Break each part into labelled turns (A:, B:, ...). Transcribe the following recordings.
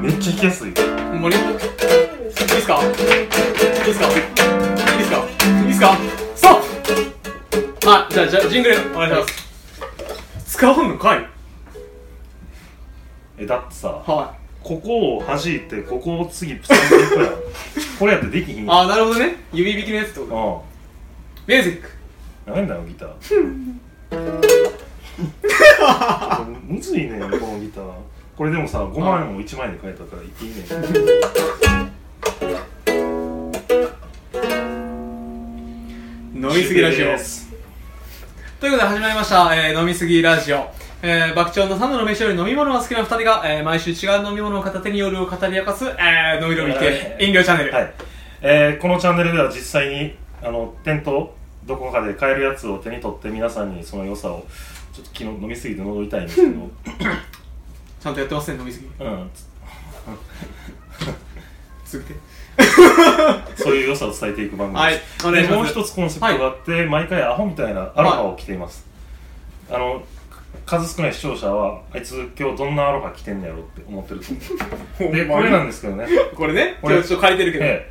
A: めっちゃ弾きやすい。
B: ほんまにいいっすかいいっすかいいっすかいいっすかストップはい、じゃあ、じゃあ、ジングルお願いします。使うんのかい
A: え、だってさ、
B: は
A: ここを弾いて、ここを次プチンっていくやん。これやってできひん
B: い。
A: やん。
B: あー、なるほどね。指弾きのやつってこと
A: うん。
B: ミュージック。
A: やめんだよギターちょっとむずいねんこのギターこれでもさ5万円を1万円で買えたからいいねん
B: 飲みすぎラジオ。
A: です
B: ということで始まりました、えー飲みすぎラジオ。えー、爆笑の3度の飯より飲み物が好きな2人が、えー毎週違う飲み物を片手に夜を語り明かす、えー、飲み飲み系、飲料チャンネル。
A: はい、えーこのチャンネルでは実際にあの店頭どこかで買えるやつを手に取って皆さんにその良さをちょっと昨日飲みすぎて喉痛いんですけ ど
B: ちゃんとやってますね、飲みすぎ。
A: うん
B: 続けて。
A: そういう良さを伝えていく番組です。
B: はいお願いし
A: でも
B: ま
A: う
B: す
A: 一つコンセプトがあって、毎回アホみたいなアロハを着ています。あの、数少ない視聴者は、あいつ今日どんなアロハ着てんのやろって思ってると思う。で、これなんですけどね。
B: これね、
A: これ
B: 今日ちょっと借りてるけど。
A: ええ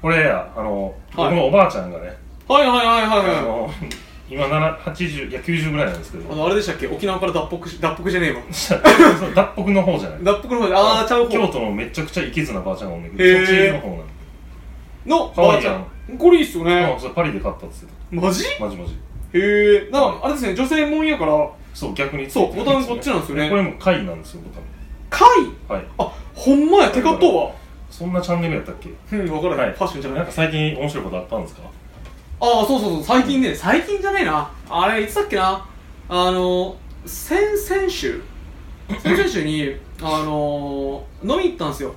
A: これや、あの、
B: はい
A: 僕のおばあちゃんがね、
B: はいはいはいはい
A: あ
B: はい。
A: の、今なら80、いや90ぐらいなんですけど、
B: あの、あれでしたっけ沖縄から脱北し、脱北じゃねえわ。
A: そう脱北の方じゃない。
B: 脱北の方で、あー、ちゃう
A: 京
B: 方
A: 都のめちゃくちゃいけずなばあちゃんがおんねんけ
B: へ
A: ど、
B: え
A: そっちの方なの。
B: の
A: 可愛い
B: ばあち
A: やん
B: ゃん。これいいっすよ
A: あ
B: ね。
A: それパリで買ったっつって
B: マジ
A: た。マジマジ。
B: へえ。なんか、あれですね、女性もんやから、
A: そう、逆に。
B: そうボタンこっちなんですよね
A: これも貝なんですよ、ボタ
B: かい
A: ン。はい。
B: あ、ほんまや、テカトは。
A: そんなチャンネルやったっけ
B: うん、わからな
A: はい
B: い。ファッションじゃない
A: なん。か最近面白いことあったんですか
B: ああそうそうそう最近ね最近じゃねえなあれいつだっけなあの先々週先々週にあの飲み行ったんですよ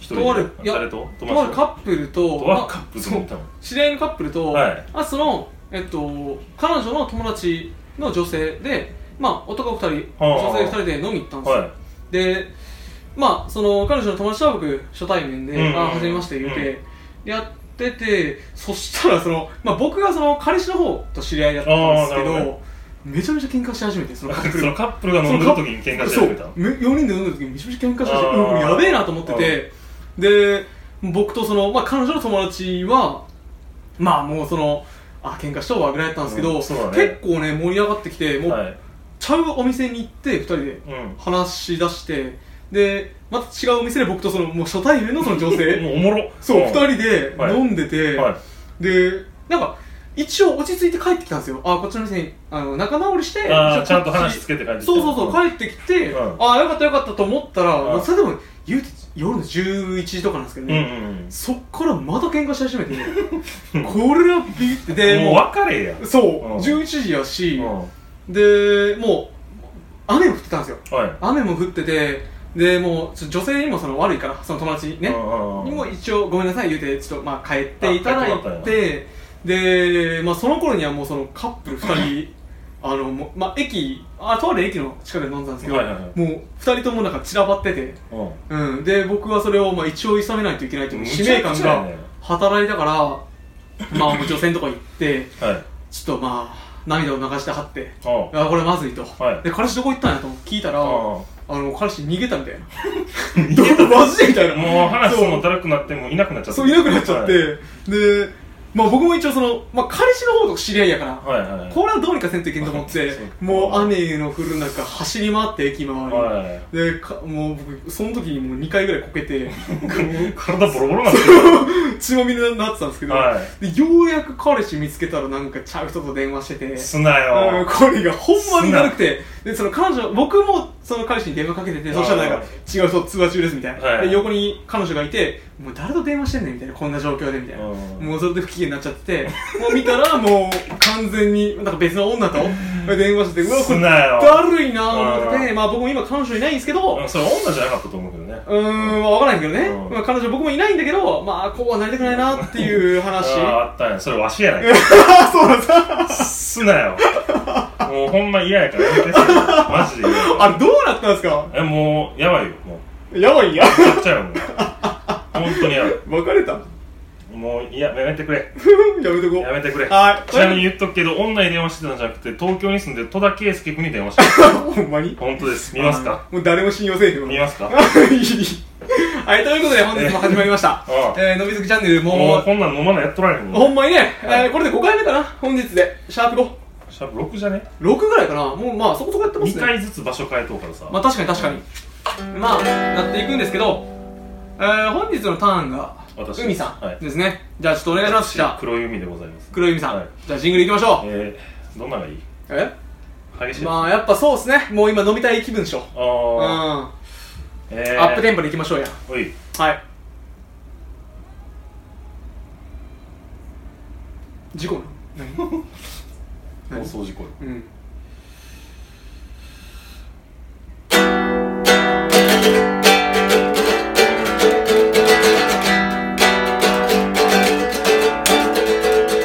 A: 一
B: とあるいや
A: 誰と
B: とあるカ
A: ッ
B: ップルと
A: とあるカップルと
B: そ
A: 見
B: う
A: たの
B: 知り合いのカップルと、
A: はい
B: あそのえっと彼女の友達の女性でまあ男2人
A: はあ
B: 女性2人で飲み行ったんですよ、
A: は
B: でまあその彼女の友達とは僕初対面で、
A: うんうんうん
B: あ初めまして言うて、やっててそしたらその、まあ、僕がその彼氏の方と知り合いだったんですけ
A: あー
B: ど
A: なるほ
B: めちゃめちゃ喧嘩し始めてそのカッ
A: いそ
B: プル
A: の
B: が
A: カップルが飲んでる時に喧嘩し始めた
B: そうめ4人で飲んでる時にめちゃめちゃ喧嘩し始め
A: あ
B: て
A: ー
B: うんやべえなと思っててで僕とその、まあ、彼女の友達はまあもうそのあ喧嘩したわぐらいだったんですけど、
A: うんそうだね
B: 結構ね盛り上がってきてもう、
A: はい
B: ちゃうお店に行って2人で
A: うん
B: 話し出してでまた違うお店で僕とそのもう初対面のその女性
A: もうおもろ
B: そう2
A: ん
B: 人で
A: はい
B: 飲んでて、
A: はい
B: でなんか一応落ち着いて帰ってきたんですよあこっちの店にあの仲直りして
A: あーち
B: じ
A: ゃ
B: あ
A: ん
B: ことっち
A: 話つけて帰ってきた
B: そうそうそう帰ってきて、
A: うん
B: ああよかったよかったと思ったら、
A: うん
B: まあそれでも言うて夜の11時とかなんですけど
A: うんう
B: ね、
A: ん
B: そっからまた喧嘩し始めてこれはビビって
A: う
B: で
A: んもう別れや
B: うそう、
A: うん
B: 11時やし、
A: うんは
B: でもう雨降ってたんですよ
A: い
B: 雨も降っててでもうちょ女性にもその悪いからその友達にね
A: うんうん
B: に
A: うん
B: も一応ごめんなさい言うてちょっとまあ帰っていただ
A: あ帰ってもら
B: い
A: ったん
B: てで、まあ、その頃にはもうそのカップル2人あのもうまあ駅あとある駅の近くで飲んでたんですけど、
A: はいはいはい
B: もう2人ともなんか散らばってて、
A: うん
B: うん、で僕はそれをまあ一応諌めないといけないという
A: む
B: 使
A: ちゃ
B: 命
A: く
B: 感
A: ちゃや
B: が
A: ね
B: 働いたからまあもう女性のとこ行って
A: はい
B: ちょっとまあ涙を流してはって
A: うん
B: あこれまずいと、
A: はい
B: で彼氏どこ行ったんやと聞いたら、
A: うん
B: あの彼氏逃げたみたいな
A: 逃
B: どうマジでみたいな
A: もう話す
B: そ
A: の
B: う
A: だらくなってもういなくなっちゃった
B: そういなくなっちゃって、
A: はい
B: でまあ僕も一応その、まあ、彼氏の方と知り合いやから、
A: はいはい
B: これはどうにかせんといけんと思って
A: そう
B: もう雨の降る中走り回って駅周り、
A: はい
B: でかもう僕その時にもう2回ぐらいこけて
A: 体ボロボロなんですよ
B: 血まみれになってたんですけど、
A: は
B: でようやく彼氏見つけたらなんかちゃう人と電話してて
A: すな
B: うん
A: よ
B: これがほんまに悪くてでその彼女僕もその彼氏に電話かけててそしたらなんか違う人通話中ですみたいな、
A: はい
B: で横に彼女がいてもう誰と電話してんねんみたいなこんな状況でみたいな、
A: うん
B: もうそれで不機嫌になっちゃっててもう見たらもう完全になんか別の女と電話しててうわこ
A: す
B: れ
A: なよ
B: だるいなと思ってて
A: うん
B: まあ僕も今彼女いないんですけど
A: うんそれ女じゃなかったと思うけどね
B: うーん、まあ、分からないけどね、
A: うん
B: まあ、彼女僕もいないんだけどまあこうはなりたくないなっていう話
A: あああったんやそれわしやない
B: あ そうなんだ
A: かすなよもうほんま嫌やからやめてマジで嫌や
B: あれどうなったんですか
A: えもうやばいよも
B: やばいんや。
A: 買っちゃうよもう本当にやる
B: 別れたや
A: もういややめてくれ
B: めとこ
A: やめてくれ
B: はい
A: ちなみに言っとくけどオンライン電話してたんじゃなくて東京に住んでる戸田圭佑君に電話してる
B: う。ほんまに
A: 本当です見ますか
B: あーもう誰も信用せえへんわ
A: 見ますか
B: はい、ということで本日も始まりまし た。
A: ああ
B: えー、のびずきチャンネル
A: も
B: も
A: うこんなん飲まないやっとられへん
B: う、
A: も
B: ほ
A: ん
B: んまにね、え
A: は
B: ー、これで5回目かな、本日で。シャープ5。
A: シャープ6じゃね
B: 6ぐらいかな、もうまあそこそこやってます
A: 2
B: ね。
A: 回ずつ場所変えとうからさ
B: まあ確かに確かに。まあ、なっていくんですけど、えー、本日のターンが、
A: 私
B: 海さ
A: はい
B: んですね。じゃあちょっとお願いします。じゃあ、
A: 黒い海でございます
B: 黒い海さん。
A: はい
B: じゃあジングルいきましょう。
A: えー、どんなのがいい
B: え
A: 激しいやつ、
B: まあやっぱそうですね、もう今飲みたい気分でしょ。
A: あ
B: うん。
A: ー、
B: ア
A: えー、
B: ップテンポでいきましょうや。
A: おい
B: はい事故な
A: 放
B: 何
A: 送事故よ
B: うん
A: 10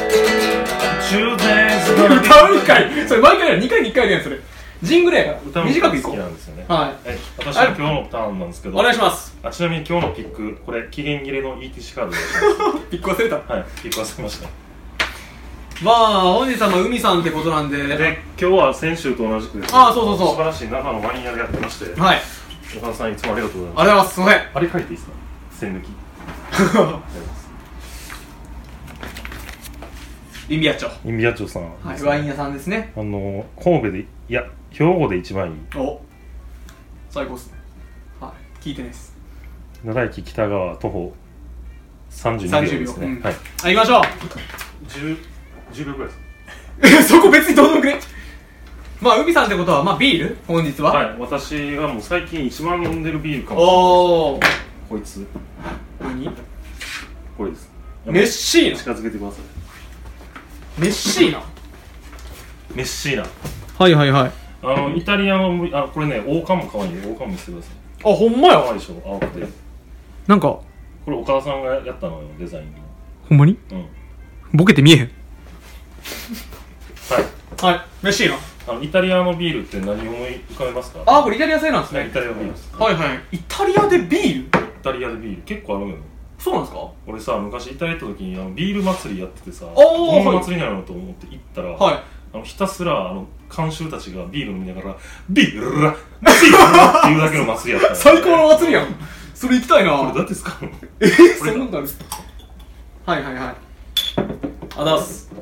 A: days
B: 歌う一回それ毎回や2回に1回やんそれジングルやか
A: 歌
B: ら
A: うの
B: 短くい
A: が好
B: こ
A: き
B: う
A: なんですよね
B: はい
A: え私の今日のターンなんですけど
B: お願いします
A: あちなみに今日のピックこれ期限切れの ETC カードで
B: ピック忘れた ま
A: はいピック忘れました
B: あ本日はまあ海さんってことなんで
A: で今日は先週と同じくです
B: あーそうそうそう
A: 素晴らしい中のワイン屋でやってまして
B: はい
A: お母さんいつもありがとうございます
B: ありがとうございますすいませ
A: あ
B: ん
A: れ書いていいですか線抜き
B: インビア町
A: インビア長さん、
B: はいワイン屋さんですね
A: あの神戸でいや兵庫で一番いい
B: お最高っすねはい聞いてないです
A: 奈良駅北側徒歩32秒ですね、
B: 30秒う
A: は
B: ん
A: い
B: はい行きましょう
A: 10, 10秒ぐらいです
B: えそこ別にどう でもくねまあ海さんってことはまあビール本日は、
A: はい私がもう最近一番飲んでるビールかも
B: おお
A: こいつ
B: 何
A: これです
B: メッシーナ
A: 近づけてくださ
B: メッシーナ
A: いメッシーナ
B: はいはいはいあ
A: あのイタリアのあこれね王冠も可愛い王冠見せてください
B: ほんま
A: 可
B: や
A: 愛いでしょ青くて
B: なんか
A: これお母さんがやったのよデザインの
B: ほんまに
A: うん
B: ボケて見えへん
A: はい
B: はいメッシーナ
A: あのイタリアのビールって何を思い浮かべますか
B: あこれイタリア製なんです
A: はいイ
B: ね
A: タリアのビールです
B: はいはいイタリアでビール
A: イタリアでビール結構あるのよ
B: そうなんですか
A: 俺さ昔イタリア行った時にあのビール祭りやっててさ
B: おー
A: どんな祭りなのと思って行ったら、
B: は
A: あのひたすらあの監修たちがビール飲みながらビールラビールラっていうだけの祭りやった
B: い最高の祭りや
A: ん
B: んそれ行きたいな
A: これ誰ですか
B: え
A: こ
B: そ
A: れ
B: んなことあるはいはいはいあだす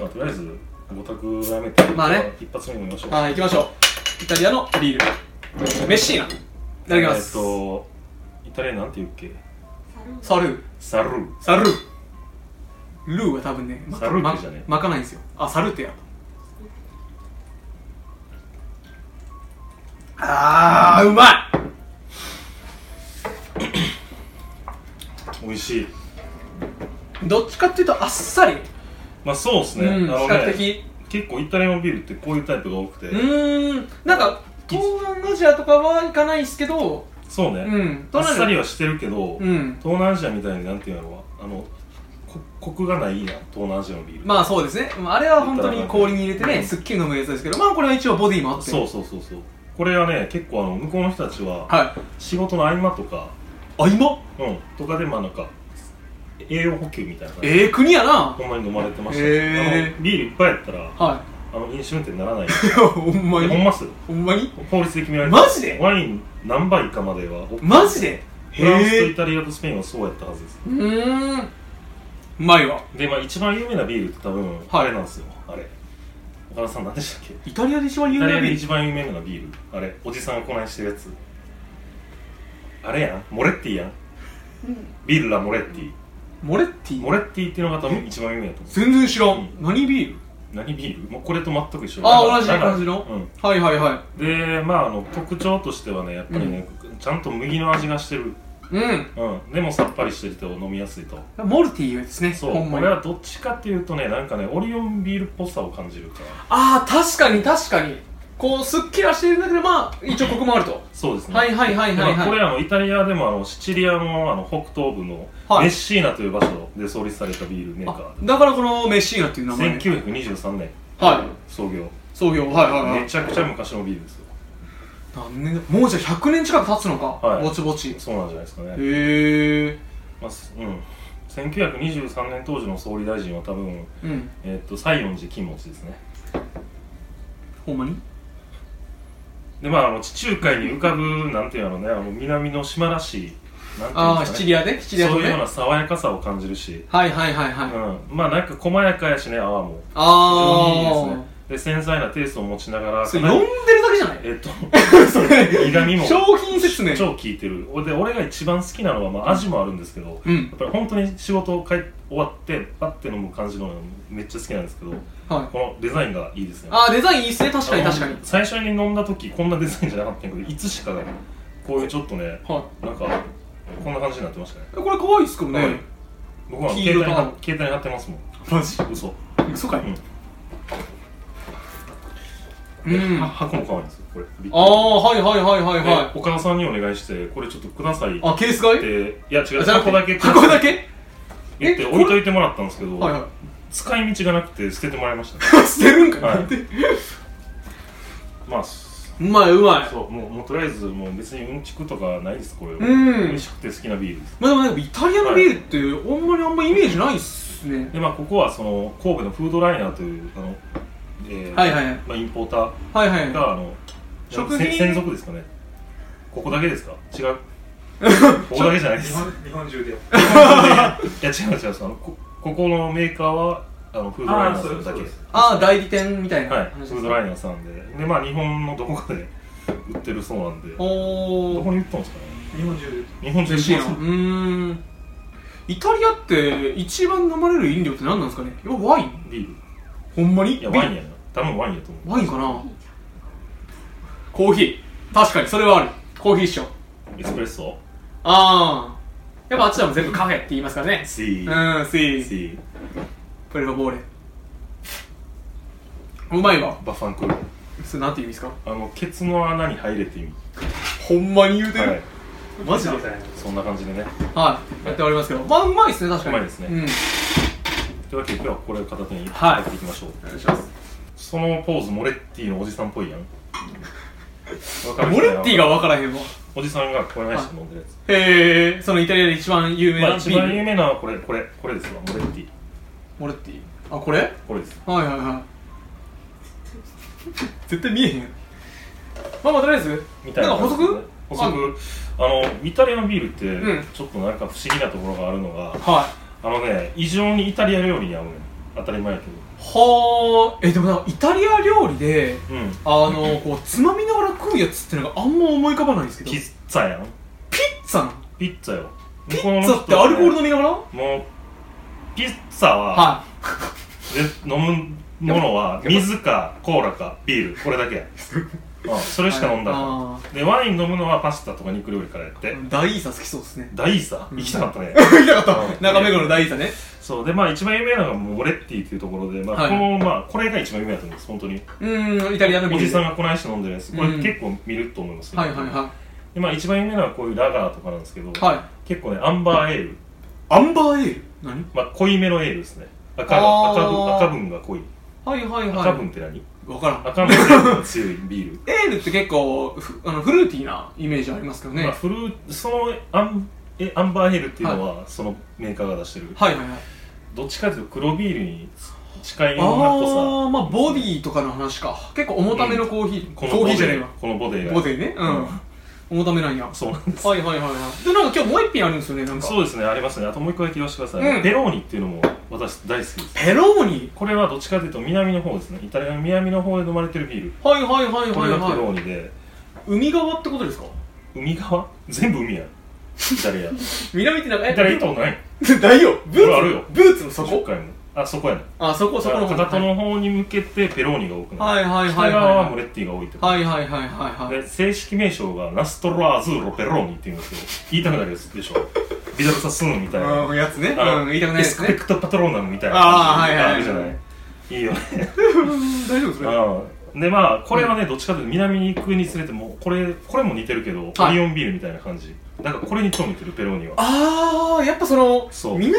A: まあとりあえずごたくやめて、
B: まあね
A: 一発目飲みましょう
B: はい行きましょうイタリアのビールメッシーナいただきます、
A: えっとイタリアなんて言うっけ
B: サルー
A: サルー
B: サルールーは多分ねま
A: サルーってじゃね
B: ままかないんですよあサルーってやあーうまい
A: 美味しい
B: どっちかっていうとあっさり
A: まあそうですね、
B: うん
A: あの
B: 比較
A: ね
B: 的
A: 結構イタリアのビールってこういうタイプが多くて、
B: うーんなんか東南アジアとかは行かないですけど
A: そうね、
B: うん
A: あっさり
B: は
A: はしてるけど、
B: うん
A: 東南アジアみたいになんていうのあのこコクがないやん東南アジアのビール、
B: まあそうですねまああれは本当に氷に入れてねすっきり飲むやつですけどまあこれは一応ボディもあって
A: そうそうそうそうこれはね結構あの向こうの人たちは
B: はい
A: 仕事の合間とか
B: あ今
A: うんとかでまあなんか栄養補給みたいな感じで
B: ええ国やな
A: ほんまに飲まれてました、
B: へー
A: あのビールいっぱいやったら
B: は
A: あの飲酒運転にならない
B: い ほん
A: ほ
B: ま
A: ん
B: に
A: まっすよ
B: ほんまに
A: 法律で決められて
B: マジで
A: ワイン何杯かまでは
B: マジで
A: フランスと
B: へ
A: イタリアとスペインはそうやったはずです
B: うーんうまいわ
A: でまあ一番有名なビールって多分
B: はい
A: あれなんですよ、あれ岡田さん何でしたっけ
B: イタリアで一番
A: イ
B: 有
A: タ
B: 名
A: リ
B: な
A: アで
B: ビー
A: 一番有名なビールあれおじさんがこないしてるやつあれやんモレッティやんビールラモレッティ
B: ルモレッティ
A: モレッティっていうのが多分一番有名だと思う
B: 全然知ら
A: うん
B: ん何ビール
A: 何ビールもうこれと全く一緒
B: あ
A: だ
B: あ同じ
A: から
B: 感じのはいはいは
A: うん、でまああの特徴としてはねやっぱりね、ちゃんと麦の味がしてる、
B: いうん
A: うん、でもさっぱりしてると飲みやすいと
B: モルティーですね
A: そう
B: ほん
A: こ
B: まに
A: れ
B: あ
A: はどっちかっていうとねなんかねオリオンビールっぽさを感じるから
B: あー確かに確かにこうすっきりはしてるんだけどまあ一応ここもあると
A: そうですね
B: はいはいはいはい
A: まあこ
B: は
A: れ
B: い
A: あのイタリアでもあのシチリアのあの北東部の
B: はい
A: メッシーナという場所で創立されたビールメーカ
B: あだからこのメッシーナっていう名前
A: ー
B: ね
A: で1923年
B: はい
A: 創業
B: 創業はいはいは
A: め
B: い
A: ちゃくちゃ昔のビールですよ
B: 何年だもうじゃあ100年近く経つのか、
A: はい
B: ぼちぼちへ
A: そうなんじゃないですかね、
B: え
A: まあすうん、1923年当時の総理大臣は多分、
B: うん
A: えっと西園寺金持ちですね
B: ほんまに
A: でまああの地中海に浮かぶなんていうのねあの南の島らしいなんてい
B: あ
A: うん
B: あ
A: です
B: シ
A: か
B: チ
A: ね
B: リアでシチリア
A: そう
B: 島
A: いう
B: ね
A: ような爽やかさを感じるし、
B: はいはいはいは
A: う
B: い、あ
A: ん、まあなんか細やかやしね泡も非常にいいです
B: あ
A: ねで繊細なテイストを持ちながら
B: それ
A: かな
B: 呼ん
A: り
B: でるだけじゃない
A: えっと
B: それ
A: 苦味も
B: 商品説明
A: 超効いてるで俺が一番好きなのは、まあ、味もあるんですけど、
B: うん
A: やっぱり本当に仕事帰終わってパッて飲む感じのがめっちゃ好きなんですけど
B: はい
A: このデザインがいいですね
B: ああデザインいいっすね確かに
A: あの
B: 確かに
A: 最初に飲んだ時こんなデザインじゃなかったんやけどいつしかがこういうちょっとね
B: はい
A: なんかこんな感じになってましたね
B: えこれ可愛いっすけど
A: はい
B: ね
A: 僕は
B: 黄
A: 携
B: 色
A: 帯
B: と
A: に貼携帯に貼ってますもん
B: マジ
A: 嘘
B: 嘘かい
A: うん、
B: うん
A: は
B: あ
A: 箱も可愛いんですよこれびっくり
B: あはいはいはいはい
A: で
B: はい
A: お母さんにお願いしてこれちょっとくださいっ
B: あケース買い
A: ていや違う
B: じゃなくて
A: 箱だけ
B: 箱だけ
A: 言って
B: え
A: 置いといてもらったんですけど、
B: はいは
A: 使い道がなくて捨ててもらいましたね
B: い捨てるんか
A: はい
B: なんて
A: まあそう
B: まいうまい
A: そうもうもうとりあえずもう別にうんちくとかないですこれは
B: うん
A: 美味しくて好きなビールです
B: まあでもなんかイタリアのビールってあんまりあんまイメージないっすね
A: でまあここはその神戸のフードライナーというあの、えー
B: はいはいはい
A: まあ、インポーター
B: はいはい
A: があの
B: 食品
A: せ専属ですかねここだけですか違 うここだけじゃないです
C: 日
A: い
C: 本日本中で
A: や違う違うそのこここのメーカーはあのフードライナーさんだ
C: あーそう
A: け
C: です
B: ああ代理店みたいな
A: はい
B: 話
A: フ
B: です
A: ー
B: ね
A: ドライナーさんででまあ日本のどこかで売ってるそうなんでど
B: お
A: こ
B: お
A: に売ったんですかね
C: 日本中で
A: 日本中
B: 嬉しいなう
A: そう
B: ーんイタリアって一番飲まれる飲料って何なんですかねやっぱワイン
A: ビール
B: ほんまに
A: いやワインやな多分ワインやと思う
B: ワインかなコーヒー確かにそれはあるコーヒーっしょ
A: エスプレッソ
B: ああやっぱあっちらも全部カフェって言いますからね
A: シー
B: うんスイー
A: シー
B: プレロボーレうまいわ
A: バッファンクール
B: それなんていう意味ですか
A: あのケツの穴に入れって意味
B: ほんまに言うてる、
A: はい
B: マジではい
A: そんな感じでね
B: やっておりますけどまあうまいっすね確かに
A: うまいですね
B: うん
A: というわけで今日はこれを片手に
B: はい
A: やっていきましょう、
B: お願いします
A: そのポーズモレッティのおじさんっぽ いやんわかる
B: モ
A: 人や
B: レ
A: ん
B: ッティが分からへんわ
A: おじさんがこれないして飲んでるやつ、
B: へえそのイタリアで一番有名
A: まあ、
B: なビ
A: 一番
B: ール
A: 有名なのはこれこれこれですわモレッティ
B: モレッティあこれ
A: これです
B: はいはい はい絶対見えへんまあまあとりあえず
A: みたいな
B: なんか補足
A: 補足あのイタリアのビール
B: う
A: っ
B: ん
A: てちょっとなんか不思議なところがあるのが、
B: は
A: あのね異常にイタリア料理に合うねん当たり前やけ
B: いはあえでもなんかイタリア料理で
A: どうん
B: あのこうつまみながら食うやつってのがあんま思い浮かばないんですけど
A: ピ
B: ピッ
A: ッツァやん
B: ツァなの
A: ピッツァよ
B: ピッツァってアルコール飲みながら
A: もうピッツァは、
B: は
A: で飲むものは水かコーラかビールこれだけや、 うん、それ
B: い
A: しか飲んだら
B: あ
A: でワイン飲むのはパスタとか肉料理からやって、
B: ー大イーサ好きそうですね
A: 大イサ行きたかったね、
B: 行きたか
A: うん
B: った中目黒の大イーサね
A: そうでまあ一番有名なのがモレッティっていうところで、まあ
B: はい
A: このまあ、これが一番有名だと思うんです本当に
B: うーんイタリアのビ
A: お
B: ール
A: じさんがこないして飲んでるやつこれ
B: うん
A: 結構見ると思います、
B: はいはいはい
A: でまあ一番有名なのはこういうラガーとかなんですけど、
B: はい
A: 結構ねアンバーエール、
B: アンバーエール何
A: まあ、濃いめのエールですね赤が
B: あ
A: 赤
B: ー
A: 分赤分が濃い
B: はいはいはい
A: 赤分って何
B: 分からん
A: 赤の成分が強いビール
B: エールって結構ふあのフルーティーなイメージありますけど ね、
A: まあ、フルーそのアンえアンバーヘルっていうのは、そのメーカーが出してる
B: はいはいはい
A: どっちかというと黒ビールに近いような濃
B: あ
A: さ
B: あまあボディとかの話か結構重ためのコーヒー、
A: こ
B: コ
A: のボ
B: ーヒ
A: デ
B: ーじゃねえ
A: ィ
B: わ
A: このボディが
B: ボディねうん、重ためなんやは
A: そうなんです
B: いはいはいはいでなんか今日もう一品あるんですよねなんか
A: そうですねありますねあともう一個だけ言わせてください、
B: うん
A: ペローニっていうのも私大好きです
B: ペローニ
A: これはどっちかというと南の方ですねイタリアの南の方で飲まれてるビール
B: はいはいはい
A: こ
B: は
A: れが
B: い
A: ペ
B: は
A: ローニで
B: い海側ってことですか
A: 海側全部海やんイタ リアイ
B: 南ってなんか
A: タリア行ったことない
B: 大よブーツ
A: あるよ
B: ブーツの
A: 10
B: 底
A: 回もあそこやね
B: あそこそこの
A: か
B: 方
A: かとの方に向けてペローニが多くな
B: はい
A: る、
B: はいは
A: 北
B: いはい
A: 側はモ
B: は
A: レッティが多いってこと
B: いはいはいはいはいはい
A: で正式名称がナストロアズーロペローニって言うんですよ言いたくなるやつでしょビダルサスーンみたいな
B: うんやつね
A: あ
B: う
A: の
B: ん言いたくない
A: エ
B: で
A: ス
B: す
A: コペ
B: ね
A: クトパトローナムみたいな
B: あーはいはい
A: あるじゃないいいよね
B: 大丈夫ですね
A: うんでまあこれはねどっちかというと南に行くにつれてもうこれこれも似てるけど、
B: はい
A: オリオンビールみたいな感じだからこれに超似てるペローニは
B: ああやっぱその
A: そう
B: 南に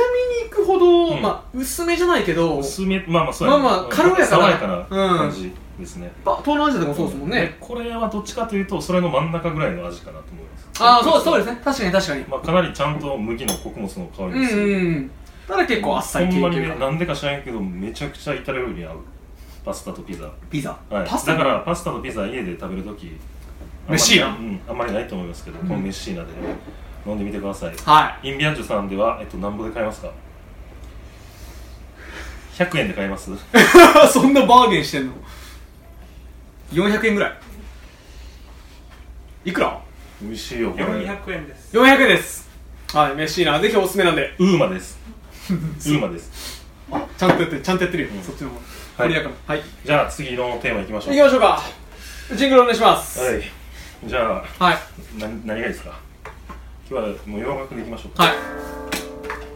B: 行くほ
A: う
B: ど、
A: ん
B: まあ薄めじゃないけど
A: 薄めまあまあそうやね
B: まあまあ軽やかな
A: 爽やかな感じ、ですね
B: ば東南アジアでもそうですもん
A: で
B: ね
A: これはどっちかというとそれの真ん中ぐらいの味かなと思います
B: ああそうそうですね確かに確かに
A: まあ、かなりちゃんと麦の穀物の香り
B: う
A: が
B: ん
A: する、
B: うんうんただ結構あっさり
A: ほ
B: 系
A: ん
B: と
A: まに
B: い
A: ね
B: うか
A: なんでか知らんけどめちゃくちゃイタリア料理に合うパスタとピザ、
B: ピザ
A: はい、
B: パスタ
A: だからパスタとピザ家で食べるとき
B: メッシーナ
A: うん、あんまりないと思いますけど、
B: ん
A: このメッシーナで飲んでみてください
B: はい
A: イ ンビアンジュさんでは、えっと、何ぼで買えますか100円で買えます
B: そんなバーゲンしてんの400円ぐらいいくら
A: 美味しいよこれ
C: 400円です
B: 400円ですはいメッシーナぜひおすすめなんで
A: ウーマです ウーマです
B: あちゃんとやってるちゃんとやってるよ、
A: ん
B: そっちの方
A: はい
B: 盛り上がるはい行
A: じゃあ次のテーマいきましょう
B: きましょうかジングルお願いします
A: はいじゃあ
B: はい
A: な何がいいですか今日はもう洋楽でいきましょうか
B: はい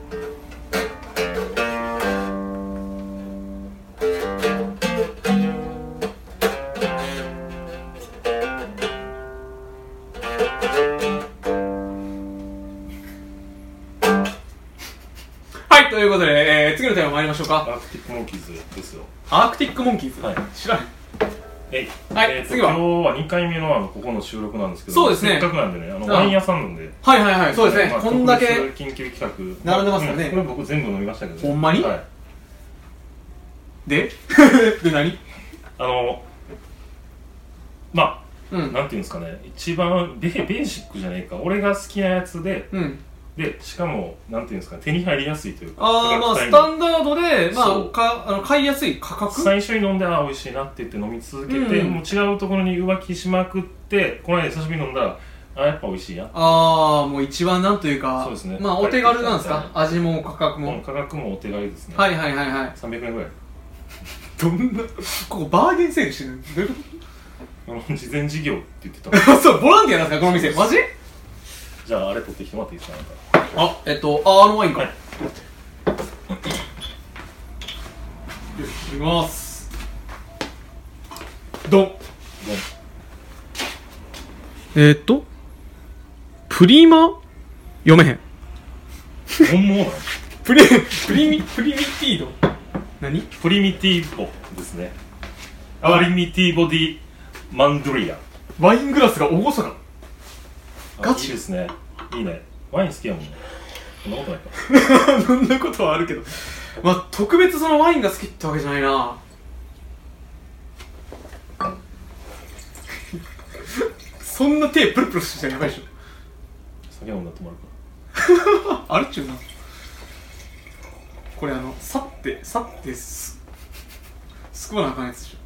B: はい、ということで、えー次のテーマ参りましょうか。
A: アークティックモンキーズですよ
B: アークティックモンキーズ、
A: はい
B: 知らない。
A: え
B: はい
A: えーと
B: 次は
A: 今日は2回目のあのここの収録なんですけど
B: そうですね
A: せっかくなんでねあの、
B: うん
A: ワイン屋さんなんで
B: はいはいはい、そうですね。
A: まあ
B: こんだけ、
A: 特別緊急企画
B: 並んでますよね
A: うんこれ僕全部飲みましたけど、
B: ほんまに
A: はい、
B: で で何
A: あのま
B: う
A: あ
B: ん。
A: なんていうんですかね一番ベベーシックじゃないか俺が好きなやつで
B: うん。
A: でしかもなんていうんですかね手に入りやすいというか
B: ああ、まあ、
A: 価格帯
B: スタ
A: に
B: ンダードで、ま
A: そ
B: あ、
A: う
B: かあの買いやすい価格
A: 最初に飲んでああ美味しいなって言って飲み続けて、
B: うん
A: もう違うところに浮気しまくってこの間久しぶりに飲んだらああやっぱ美味しいや
B: ああ、もう一番なんというか、
A: そうですね
B: まあ、お手軽なんですか、味も価格
A: この
B: も。
A: 価格もお手軽ですね、
B: はいはいはいはい。
A: 300円ぐらい
B: どんな、ここバーゲンセールしてるのどういうこ
A: あの事前事業って言ってたの
B: とそう、ボランティアなんですか、この店。マジ
A: じゃああれ取ってきてもらっていいですかなんか
B: あ、えっと、あ、あのワインか。
A: はい
B: よし、いきます。ドン。えーっと、プリマ、読めへん。
A: 本物なの
B: プリ、プリミ、プリミティード。何
A: プリミティーボですねプリミティーボディマンドリア
B: ワイングラスが厳か。
A: あ
B: ガチ
A: いいですねいいねワイン好きやもんねそんなことないか
B: そんなことはあるけど。まあ、特別そのワインが好きってわけじゃないな。 そんな手プルプルしてたらやばいでしょ。
A: 酒飲んだら止まるか
B: ああるっちゅうな。これあの、さって、さってす、すくわなあかんやつでし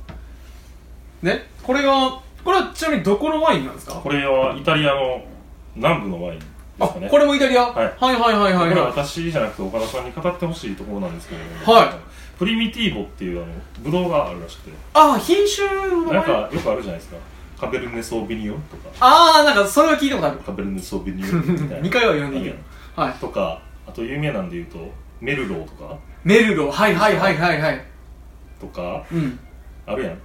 B: ょ。ねこれが、これはちなみにどこのワインなんです
A: ら
B: か
A: これはイタリアの南部のワインですかね
B: あ、これもイタリア、
A: はい
B: はいはいはいはい
A: これは
B: は
A: 私じゃなくて岡田さんに語ってほしいところなんですけれども、
B: は
A: プリミティーボっていうあのブドウがあるらしくて
B: あ、品種の
A: なん
B: 名前
A: かよくあるじゃないですかカベルネ・ソービニオンとか
B: あー、なんかそれは聞いたことある。
A: カベルネ・ソービニオンみ たいな
B: 2回は言わないけど。はい。
A: とかあと有名なんで言うとメルローとか
B: メルロ、はいはいはいはいはい。
A: とか
B: うん。
A: あるやん、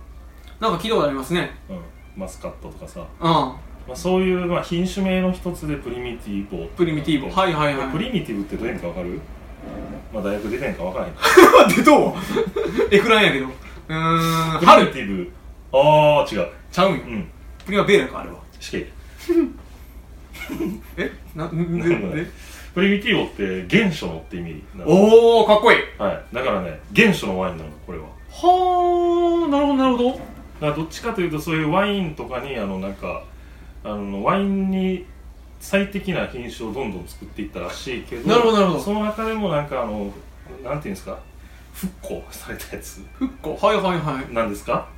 B: なんか聞いたことありますね。
A: うん、マスカットとかさ、
B: うん。
A: まあ、そういう、まあ、品種名の一つでプリミティーボ
B: プリミティーボ。
A: い、
B: はいはい
A: これ
B: は
A: プ
B: い。
A: リミティブってどういう意味かわかるまあ大学出てんかわ からへん
B: で、どう エクランやけど。うーん、
A: プリミ
B: 春
A: ティブああ違う
B: ちゃうんよ
A: う。ん
B: プリマベーラか、あれは。
A: 死刑
B: えな、んで、で
A: プリミティーボって原初のって意味なの
B: おー、かっこいい。
A: はいだからね原初のワインなのこれは
B: はー、なるほどなるほど。
A: だからどっちかというとそういうワインとかにあのなんかあのワインに最適な品種をどんどん作っていったらしいけど
B: なるほどなるほど
A: その中でもなんかあのなんていうんですか復興されたやつ
B: ふっこ、はいはいはい。
A: なんですか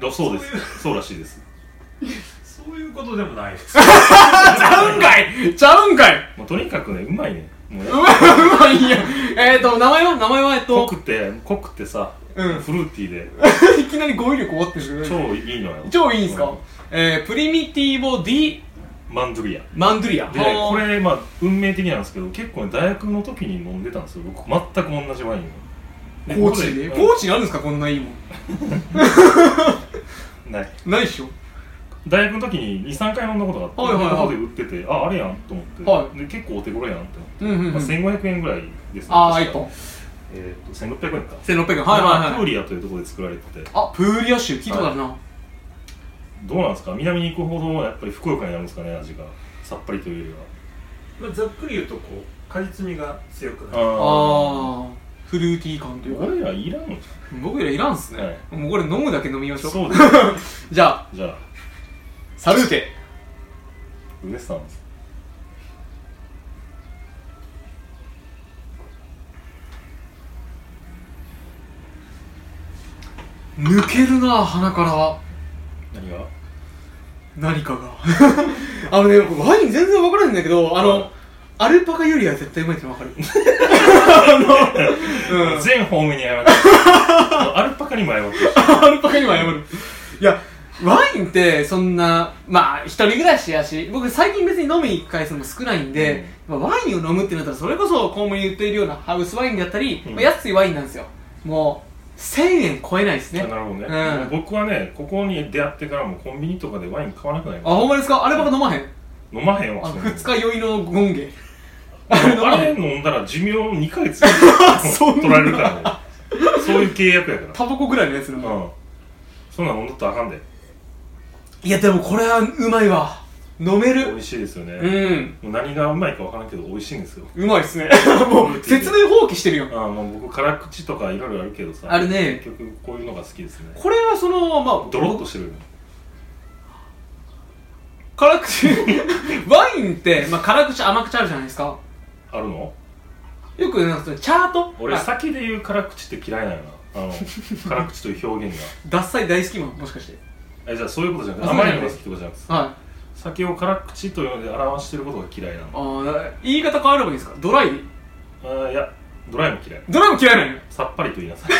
A: だそうですそうらしいです、
C: そういうことでもないです
B: あ、ちゃうんかいちゃうんかい
A: まあ、とにかくねうまいねもう
B: う
A: ね
B: まいうまいや。えーと、名前は名前は、えっ
A: 濃
B: と、
A: くて濃くてさ、
B: うん
A: フルーティーで
B: いきなり語彙力終わってるけど
A: 超いいのよ
B: 超いいんすか、
A: うん
B: えー、プリミティーボ・ディ・
A: マンドゥリア
B: マンドゥリア
A: でこれまあ運命的なんですけど結構ね大学の時に飲んでたんですよ僕全く同じワインを
B: 高知で
A: こ
B: 高知にあるんですかこんないいもん
A: こでない
B: ないっしょ
A: 大学の時に23回飲んだことがあって、
B: はいはいは
A: こ
B: い
A: こで売っててああれやんと思って、
B: は
A: で結構お手頃やんってなって、
B: うんうん、う
A: まあ、
B: ん、
A: 1500円ぐらいですね
B: ああ
A: 確
B: 一
A: か
B: 本
A: えー、と1600円か
B: 1600円はいはい
A: プ
B: は
A: ー
B: い
A: リアというところで作られてて
B: あプーリア州聞いたことあるな、
A: どうなんですか南に行くほどやっぱりふくよかになるんですかね味がさっぱりというよりは
C: まあ、ざっくり言うとこう果実味が強くなる
A: ああ
B: ああフルーティー感というか
A: 俺らいらんのじ
B: 僕らいらんっすね、
A: はい
B: もうこれ飲むだけ飲みま
A: ゃ
B: し
A: ん
B: ょう
A: そうです
B: じゃあ
A: じゃあ
B: サルーテ
A: ウエスタンです
B: 抜けるな鼻から
A: 何が
B: 何かが あのね僕ワイン全然分からないんだけどあのアルパカよりは絶対うまいっての分か るあの、うん、
A: 全方面に謝って アルパカにも謝ってるし
B: アルパカには謝るいやワインってそんなまあ一人暮らしやし僕最近別に飲みに行く回数も少ないんで、まあ、ワインを飲むってなったらそれこそコンビニで売っているようなハウスワインだったり、
A: うん
B: まあ安いワインなんですよもう1000円超えないですね
A: あなるほどね、
B: うん
A: 僕はねここに出会ってからもコンビニとかでワイン買わなくなり
B: あ
A: まし
B: ほんまですかアルパカ飲まへん
A: た飲まへんわ
B: あ
A: そんなの
B: 二日酔いのゴンゲ
A: あれ飲んだら寿命2ヶ月
B: そんな
A: 取られるからねそういう契約やから
B: タバコぐらいのやつなの、
A: うんそんなん飲んだったらあかんで
B: いやでもこれはうまいわ飲め
A: 美
B: る
A: 味しいですよね、
B: う
A: も
B: ん
A: う何がうまいかわからんけど美味しいんですよ
B: うまいっすね もう説明放棄してるよ
A: ああもう僕辛口とかいろいろあるけどさ
B: あるね
A: 結局こういうのが好きですね
B: これはそのまあ
A: ドロッとしてるよね
B: 辛口ワインって、まあ、辛口甘口あるじゃないですか
A: あるの
B: よくなんかそのチャート
A: 俺
B: あ
A: 酒で言う辛口って嫌いなのよなあ の辛口という表現
B: 獺祭大好きもんもしかして
A: がえじゃあそういうことじゃなく
B: あ
A: て
B: そうだ
A: 甘
B: よね
A: いのが好きとかじゃなくて
B: は
A: 酒を辛口というので表してることが嫌いないの
B: あ言い方変わればいいんですかドライ
A: あーいやドライも嫌い
B: ドライも嫌いなのよ
A: さっぱりと言いな さい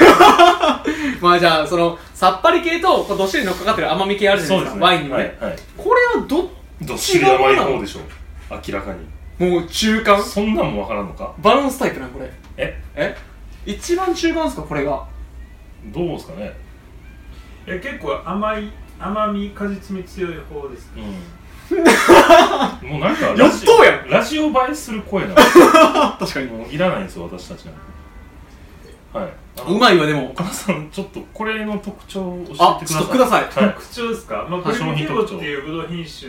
B: まあじゃあそのさっぱり系とこうどっしり乗っかかってる甘み系あるじゃないですかワインの
A: は
B: ね、
A: い、はい、
B: これはど
A: どっしり甘い方でしょ明らかに
B: もう中間
A: そんなんもわからんのか
B: バランスタイプなんこれ
A: え
B: え一番中間ですかこれが
A: どうですかね
C: え結構甘い甘み果実味強い方です
A: うんもうなんか
B: やっとうやん
A: ラジオ映えする声な
B: あ確か
A: のもういらないんですよ私たちなんてはいう
B: まいわでも
A: 岡田さんちょっとこれの特徴を教えてください
B: あちょっとください
A: はい
C: 特徴ですか、まあ、
A: あ
C: ブルーミテ
A: 商品
C: ゴ
A: 特
C: っ
A: 徴
C: ていうブドウ品種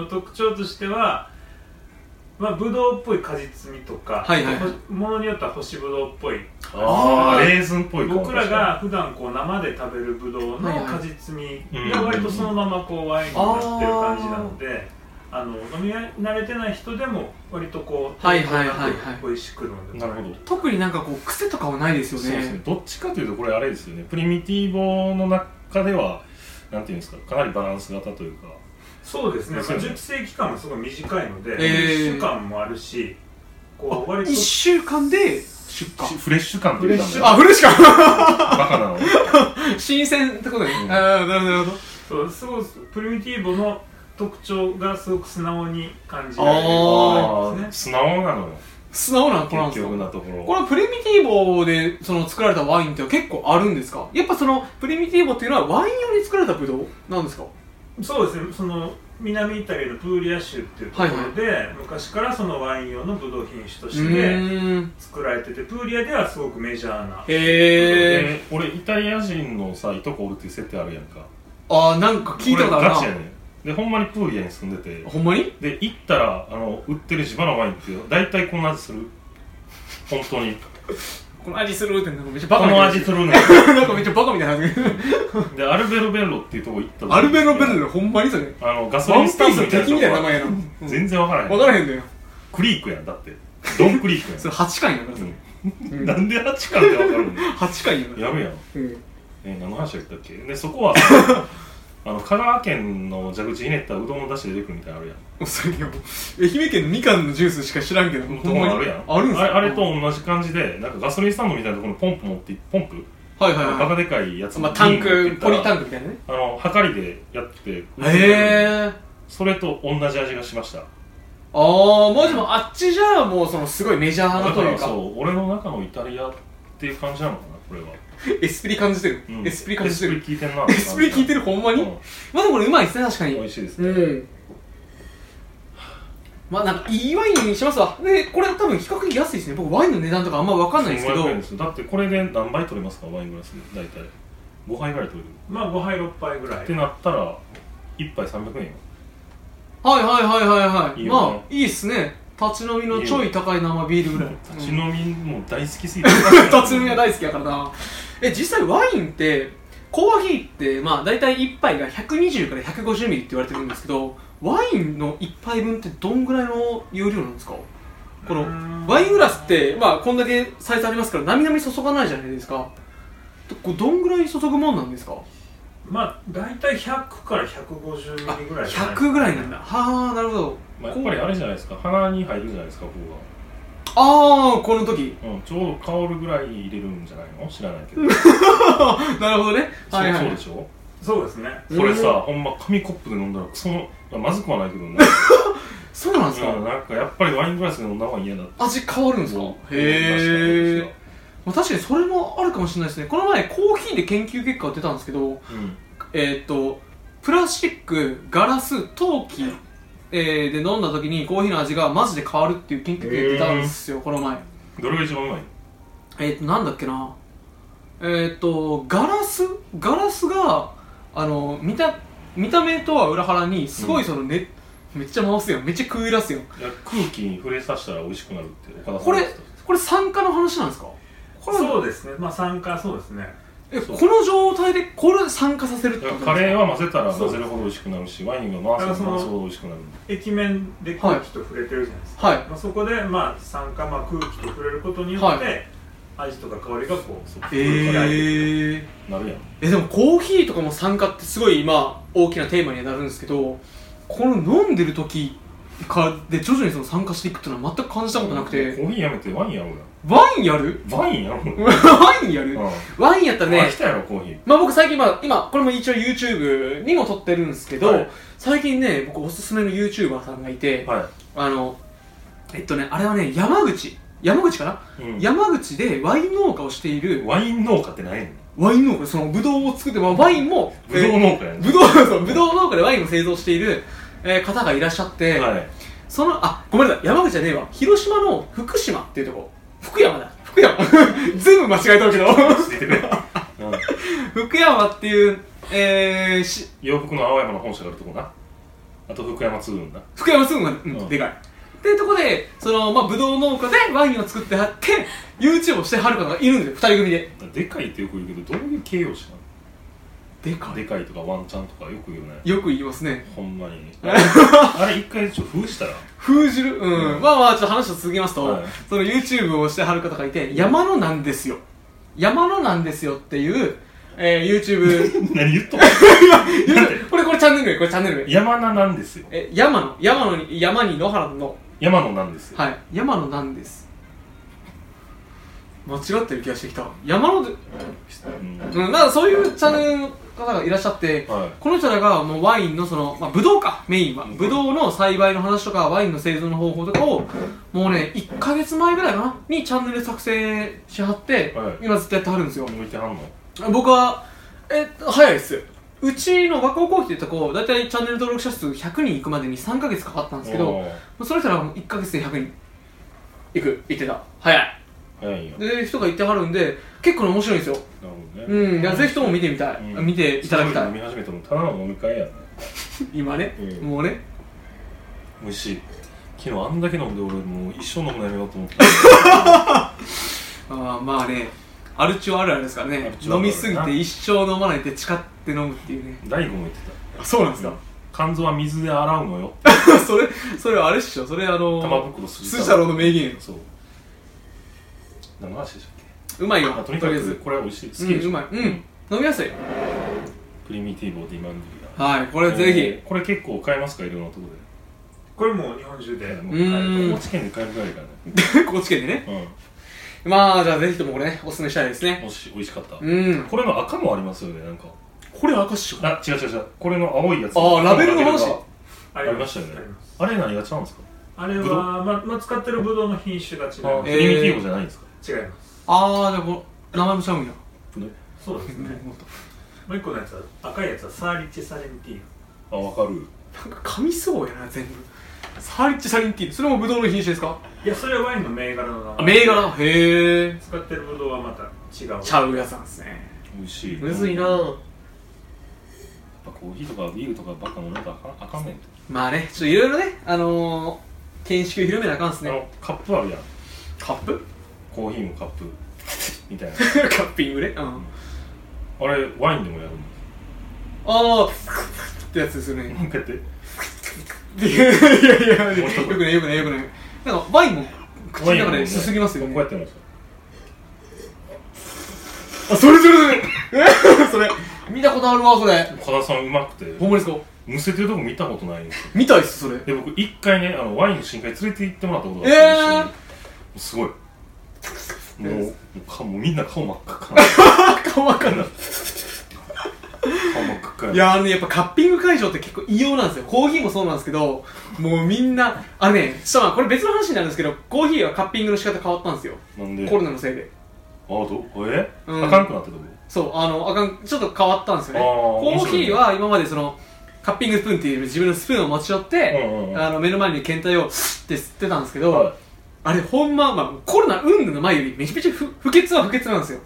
C: の特徴としては、まあ、ブドウっぽい果実味とか、
B: はいはいはい
C: ほものによっては干しブドウっぽい
A: あ
B: あ
A: あ
B: ー
A: レーズンっぽいかも
C: 僕らが普段こう生で食べるブドウの
B: はいはい
C: 果実味
A: うん
C: が割とそのままこうワインになってる感じなのであの飲み慣れてない人でも割とこう
B: はいはいはいはい
C: 美味しく飲んで
A: なるほど
B: 特になんかこう癖とかはないですよ
A: そうですね
B: ね
A: どっちかというとこれあれですよねプリミティーボの中ではなんていうんですかかなりバランス型というか
C: そうですね、ま
A: そう
C: あ、
A: ですね
C: 熟成期間もすごい短いので、
B: えー
C: 1週間もあるしこ
B: あ
C: う割と
B: 一週間で出荷
A: フレッシュ感というか
C: フレッシュ
B: あフルしか
A: バカなの
B: 新鮮ってことね、
A: うん
B: ああなるほどなるほど
C: そうすごいプリミティーボの特徴がすごく素直に感じられる
B: あ
C: ワイン
A: あ
C: で
A: ー
C: す
A: 素
C: ね
A: 直なのよ
B: 素直な子なんで
A: 結
B: すか
A: 局なところ
B: これはプリミティーボでその作られたワインって結構あるんですかやっぱそのプリミティーボっていうのはワイン用に作られたブドウなんですか
C: そうですねその南イタリアのプーリア州っていうところで、昔からそのワイン用のブドウ品種と
B: う
C: して
B: ーん
C: 作られててプーリアではすごくメジャーな
B: へえ
A: で俺イタリア人のさいとこおるっていう設定あるやんか
B: ああなんか聞いたことあ
A: これガチや
B: る
A: ねんでほんまにプーリアに住んでて
B: なほんまに
A: で行ったらあの売ってる地場のワインって大体こんな味する本当に
B: この味するってなんかめっちゃバ
A: こ
B: カみ
A: の
B: たいな
A: 味するね
B: なんかめっちゃバカみたいな発言
A: でアルベロベッロっていうとこ行った時
B: アルベロベルロほんまにそれ
A: あのガソ
B: ワ
A: リ
B: ンピ
A: ンスタ
B: ー
A: ン
B: ス
A: ド
B: の
A: みたいな
B: 敵みたいな名前やな
A: うん全然わからへん
B: 分からへんだよ
A: クリークやんだってドンクリーク
B: そ
A: や
B: れ8巻やから
A: ん、
B: う
A: うんん、なんで8巻でわかるの
B: 8巻やから
A: やべえやん
B: うん
A: えー何の話だったっけでそこは あの香川県の蛇口ひねったうどんの出汁出てくるみたいなのあるやん
B: おそれよ愛媛県のみかんのジュースしか知らんけど
A: と
B: ほ
A: こ
B: んま
A: ろあ
B: に
A: るやん
B: あるんす
A: あれ
B: か
A: あれと同じ感じでなんかガソリンスタンドみたいなところにポンプ持ってポンプ、
B: はいはい
A: バ
B: は
A: カでかいやつ
B: いまあタン
A: 瓶持って
B: ク
A: った
B: ポ
A: ら
B: リタンクみたいなね
A: あのはかりでやってて
B: へえ
A: それと同じ味がしました
B: ああもうでもあっちじゃあもうそのすごいメジャーな
A: だか
B: という
A: ら
B: か
A: そう俺の中のイタリアっていう感じなのかなこれは、
B: エスプリ感じてる、
A: うん
B: エスプリ感じて
A: エ
B: る
A: スプリ効いてんな
B: エスプリ聞いてるほんまに、
A: うん
B: まあでもこれうまいですね確かに
A: 美味しいです
B: う
A: ね、
B: んまあなんかいいワインにしますわでこれ多分比較的安いですね僕ワインの値段とかあんま分かんないですけど
A: 1500円ですよだってこれで何杯取れますかワイングラスで大体5杯ぐらい取れる
C: まあ5杯6杯ぐら
A: って
C: い
A: なったら1杯300円よ
B: はいはいはいはいはい
A: いいよね
B: まあいいっすね立ち飲みのちょい高い生ビールぐらい
A: 立ち
B: うん
A: 飲みもう大好きすぎて
B: 立ち飲みは大好きやからなえ実際ワインってコーヒーってまあ大体1杯が120から150ミリって言われてるんですけどワインの1杯分ってどんぐらいの容量なんですかこ
C: うー
B: の
C: ん
B: ワイングラスってまあこんだけサイズありますからなみなみ注がないじゃないですかこうどんぐらい注ぐもんなんですか
C: まあ大体100から150ミリぐらいじゃない
B: 100ぐらいなんだはあなるほど
A: まあやっぱりあれじゃないですか鼻に入るじゃないですかここ
B: ああこの時
A: が、うん、ちょうど香るぐらい入れるんじゃないの知らないけど
B: なるほどね
A: そう
B: はいは
A: そう
B: い
A: でしょ
C: そうですね
B: うん
A: それさほんま紙コップで飲んだらそのまあまずくはないけどね
B: そうなんです
A: うん
B: か
A: なんかやっぱりワイングラスで飲んだ方が嫌だって
B: 味変わるんですか
A: 思いました
B: へえまあ、確かにそれもあるかもしれないですねこの前コーヒーで研究結果が出たんですけど
A: 私はうん
B: えーっとプラスチックガラス陶器、えーで飲んだ時にコーヒーの味がマジで変わるっていう研究結果が出たんですよこの前
A: どれが一番うまい
B: えーっとなんだっけなえーっとガラスガラスがあの見た見た目とは裏腹にすごいそのね、めっちゃ回すよめっちゃ食い出すよ
A: いや空気に触れさせたら美味しくなるって岡田さん
B: これ
A: 言ってた
B: これ酸化の話なんですかこれ
C: そうですねまあ酸化そうですね
B: えこの状態でこれ酸化させるって
A: だ
B: こ
A: か
B: と
A: ら
B: なん
A: カ
B: ですか
A: レーは混ぜたら混ぜるほど美味しくなるしワインが回せば回すほど美味しくなる
C: 液面で空気と触れてるじゃないですか、
B: はい
C: まあ、そこでまあ酸化、まあ、空気と触れることによって、
B: は
C: 味とか香りがこう
A: そう
B: えー、
A: なるやん
B: えでもコーヒーとかも酸化ってすごい今大きなテーマにはなるんですけどこの飲んでる時かで徐々にその酸化していくっていうのは全く感じたことなくて
A: コーヒーやめてワインやろうや
B: ワインやる
A: ワインやろうや
B: ワインやる
A: う
B: ワインやったら
A: ん飽
B: ね
A: きたやろコーヒー
B: まあ僕最近、まあ、今これも一応 YouTube にも撮ってるんですけど、
A: はい
B: 最近ね僕おすすめの YouTuber さんがいて、
A: は
B: あのえっとねあれはね山口山口かな、
A: い、うん
B: 山口でワイン農家をしている
A: ワイン農家ってないの
B: ワイン農家そのブドウを作って、まあ、ワインも
A: ブドウ農家やね
B: ぶどうそうぶどう農家でワインを製造している、えー方がいらっしゃって、
A: はい
B: そのあごめんなさい山口じゃねえわ広島の福島っていうとこ福山だ福山 全部間違えたけど
A: ついてくれうん
B: 福山っていう、えー、し
A: 洋服の青山の本社があるとこなあと福山通運な
B: 福山すぐが、うん
A: うん
B: でかいっていうとこでそのまあぶどう農家でワインを作ってはって YouTube をしてはる方がいるんですよ二人組で
A: でかいってよく言うけどどういう形容詞
B: で
A: な
B: か
A: のでかいとかワンチャンとかよく言うね
B: いよく言いますね
A: ほんま にあれ一回ちょっと封したら
B: 封じるうん、
A: うん
B: まあまあちょっと話を続けますと、
A: はい
B: その YouTube をしてはる方がいて山のなんですよ山のなんですよっていう、えー、YouTube,
A: 何言っとん
B: YouTube これこれチャンネル名これチャンネル名
A: 山名なんですよ
B: え山の山のに山に野原の
A: 山野なんですよ
B: はい山のなんです間違ってる気がしてきた山ので
A: うん
B: うんまあそういうチャンネルの方がいらっしゃって、
A: はい
B: この人らがもうワインのその、まあ、ブドウかメインは
A: うん
B: ブドウの栽培の話とかワインの製造の方法とかをもうね1ヶ月前ぐらいかなにチャンネル作成しはって、
A: はい
B: 今ずっとやってはるんですよ
A: 向いてはんの
B: 僕はえっと早いっすうちの和光コーヒーってとこ大体チャンネル登録者数100人いくまでに3ヶ月かかったんですけど
A: おー
B: まあその人らはもう1ヶ月で100人いく行ってた早い
A: 早いよなる
B: で人が行ってはるんで結構面白いんですよ
A: ほどね
B: うんいやぜひとも見てみたい、
A: うん
B: 見ていただきた
A: 飲
B: い
A: み始めてもただの飲み会やね
B: 今ね、
A: うん
B: もうね
A: 美味しい昨日あんだけ飲んで俺もう一生飲むのやめようと思った
B: あーまあねアルチュアあるあるですから
A: アル
B: ね
A: チュアあるあ
B: 飲
A: る
B: みすぎて一生飲まないで誓って飲むっていうね
A: 大悟も言って
B: あそうなんで
A: た肝臓は水で洗うのよ
B: それそれはあれっしょそれあの
A: 玉袋す
B: 辻太郎の名言
A: そう何の話でしたっけ
B: うまいよ
A: あと
B: と
A: に
B: り
A: か
B: あえ
A: く
B: ず
A: これは美味しい好き
B: う
A: で
B: ん
A: しょ
B: うまいうん飲みやすい
A: クリーミーティーボーディマンディー
B: はいこ
A: こ
B: れぜひ
A: これ結構買えますかいろんなとこ
C: これもう日本中
A: で
C: で
A: も
B: うん
A: 高知県で買えるぐらいからね
B: 高知県でね
A: う
B: まあじゃあぜひともこれねおすすめしたいです
A: ん
B: ね
A: 美味しい美味しかった
B: うん
A: これの赤もありますよねなんか
B: これ赤っしょ
A: あ違う違う違うこれの青いやつ
B: あーラベルの話
A: が
C: あ
A: ありましたよね
C: あります
A: あれ何が違うんですか
C: あれ
A: ぶどう
C: は、まあまあ、使ってるブドウの品種が違います、
A: ク
B: え
A: リ
B: ー
A: ーミーティーボーじゃないんですか
C: 違います
B: ああじゃあこの名前もちゃうんや
C: そうです ねもう一個のやつは赤いやつはサーリッチサレンティーノ
A: あ分かる
B: なんか噛みそうやな全部サリッチサリンティーヌそれもブドウの品種ですか
C: いやそれはワインの銘柄の名
B: あ
C: 前
B: 銘柄へえ
C: 使ってるブドウはまた違う
B: ちゃうやつなんですね
A: 美味しい
B: むずいな
A: やっぱコーヒーとかビールとかばっか飲んだらあかんあかんねんて
B: まあねちょっといろいろねあのー、見識を広めなあかんっす
A: あ
B: ね
A: のカップあるやん
B: カップ
A: コーヒーもカップみたいな
B: カッピングねうん
A: あれワインでもやるの
B: ああってやつですよね
A: なんかやって
B: いやいやいや、
A: もうちょっ
B: よ
A: と
B: くないよくないよくない。なんかワインも口の
A: ワイン
B: 中
A: もね
B: ですすぎますよ、ね。
A: こうやってやるんですよ
B: あ、それそれそれ。え それ見たことあるわそれ。
A: 岡田さんうまくて
B: ほんまですか。
A: むせてるとこ見たことないんですよ
B: 見たいっす それ。
A: で僕一回ねあのワインの深海連れて行ってもらったことがあって、一緒にすごいもうもうかもうみんな顔真っ赤っかな
B: かわかんない。
A: 顔真っ赤っか
B: いやあのねやっぱカッピング会場って結構異様なんですよ。コーヒーもそうなんですけど、もうみんなあのね、ちょっとまあこれ別の話になるんですけど、コーヒーはカッピングの仕方変わったんですよ。
A: なんで
B: コロナのせいで。
A: あどえ、
B: うん
A: あかんくなってた僕
B: そうあのあかんちょっと変わったんですよね。
A: あー
B: コ
A: 面
B: ーヒ
A: 白いね
B: ーは今までそのカッピングスプーンっていう自分のスプーンを持ち寄っ
A: う
B: て。
A: んうんうん
B: あの目の前に検体をスッて吸ってたんですけど、
A: はい
B: あれほんま、まあ、コロナ云々の前よりめちゃめちゃ不不潔は不潔なんですよ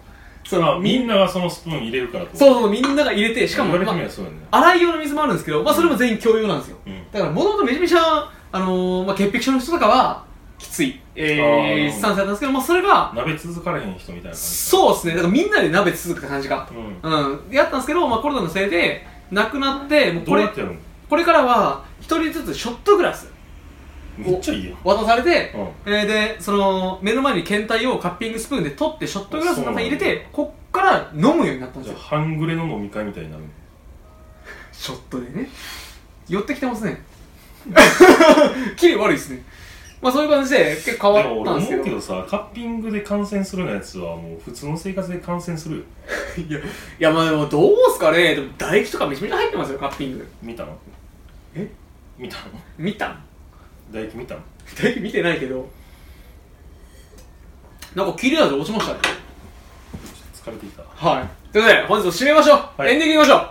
B: そ
A: あ
B: の
A: み
B: み
A: んながそのスプーン入れるから
B: そううそうみんなが入れてしかも、
A: 言われて
B: ま
A: みればそうやね、
B: あ、洗い用の水もあるんですけど、まあ、それも全員共用なんですよ
A: うん
B: だからもともとめちゃめちゃ、あのーまあ、潔癖症の人とかはきつい、え
A: あ
B: ー、
A: ー
B: スタンスだったんですけど、まあ、それが
A: 鍋続かれへん人みたいな感じ
B: そうですねだからみんなで鍋つつくって感じが
A: う、ん
B: うん、やったんですけど、まあ、コロナのせいでなくなってもう
A: ど
B: こ
A: うや
B: れ
A: ってやるの
B: これからは一人ずつショットグラス
A: めっちゃいいやん
B: 渡されて、
A: うん
B: えーでその目の前に検体をカッピングスプーンで取ってショットグラスの中に入れ
A: そうなん
B: て
A: だ
B: こっから飲むようになったんで
A: じ
B: す
A: ゃあ
B: よ
A: 半グレの飲み会みたいになる
B: ショットでね寄ってきてますね キレ悪いですねまあそういう感じで結構
A: で
B: 変
A: も
B: わったん
A: 俺
B: ですけ
A: 思
B: ど
A: うけどさカッピングで感染するのやつはもう普通の生活で感染するよ
B: いやいやまあでもどうすかねでも唾液とかめちゃめちゃ入ってますよカッピング
A: 見たの
B: え
A: 見たの
B: 見た
A: 唾液見たの
B: 唾液見てないけどなんか切れ味落ちましたね
A: 疲れてきた
B: はい。ということで、本日も締めましょう、
A: はい
B: エンディングいきましょ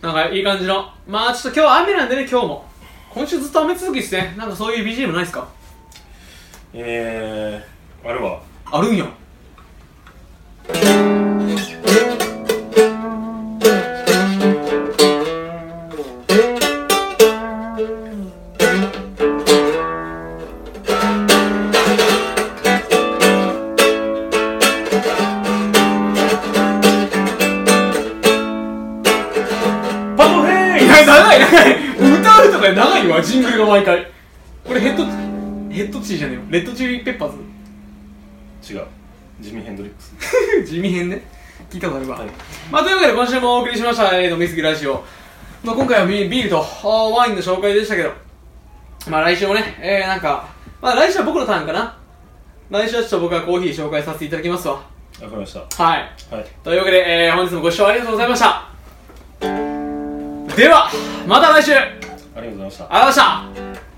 B: うなんかいい感じの。まあちょっと今日雨なんでね、今日も。今週ずっと雨続きですね。なんかそういう BGM ないですか
A: えー、あれは
B: あるんや。
A: パドヘ
B: い
A: イ
B: や、長い長い歌うとか長いわ、ジングルが毎回。これヘッド、ヘッドチーじゃねえよ。レッドチリペッパー
A: 違うジミー・ヘンドリックス
B: ズ。 地味編ね。聞いたことあるわ。
A: はい
B: まあというわけで今週もお送りしました、えー、飲みすぎラジオ。まあ、今回はビビールとあーワインの紹介でしたけど、まあ来週もね、えー、なんか、まあ来週は僕のターンかな。来週はちょっと僕はコーヒー紹介させていただきますわ。
A: わかりました
B: はい。
A: はい
B: というわけで、えー、本日もご視聴ありがとうございました。では、また来週ありがとう
A: ありがとうございました
B: ございました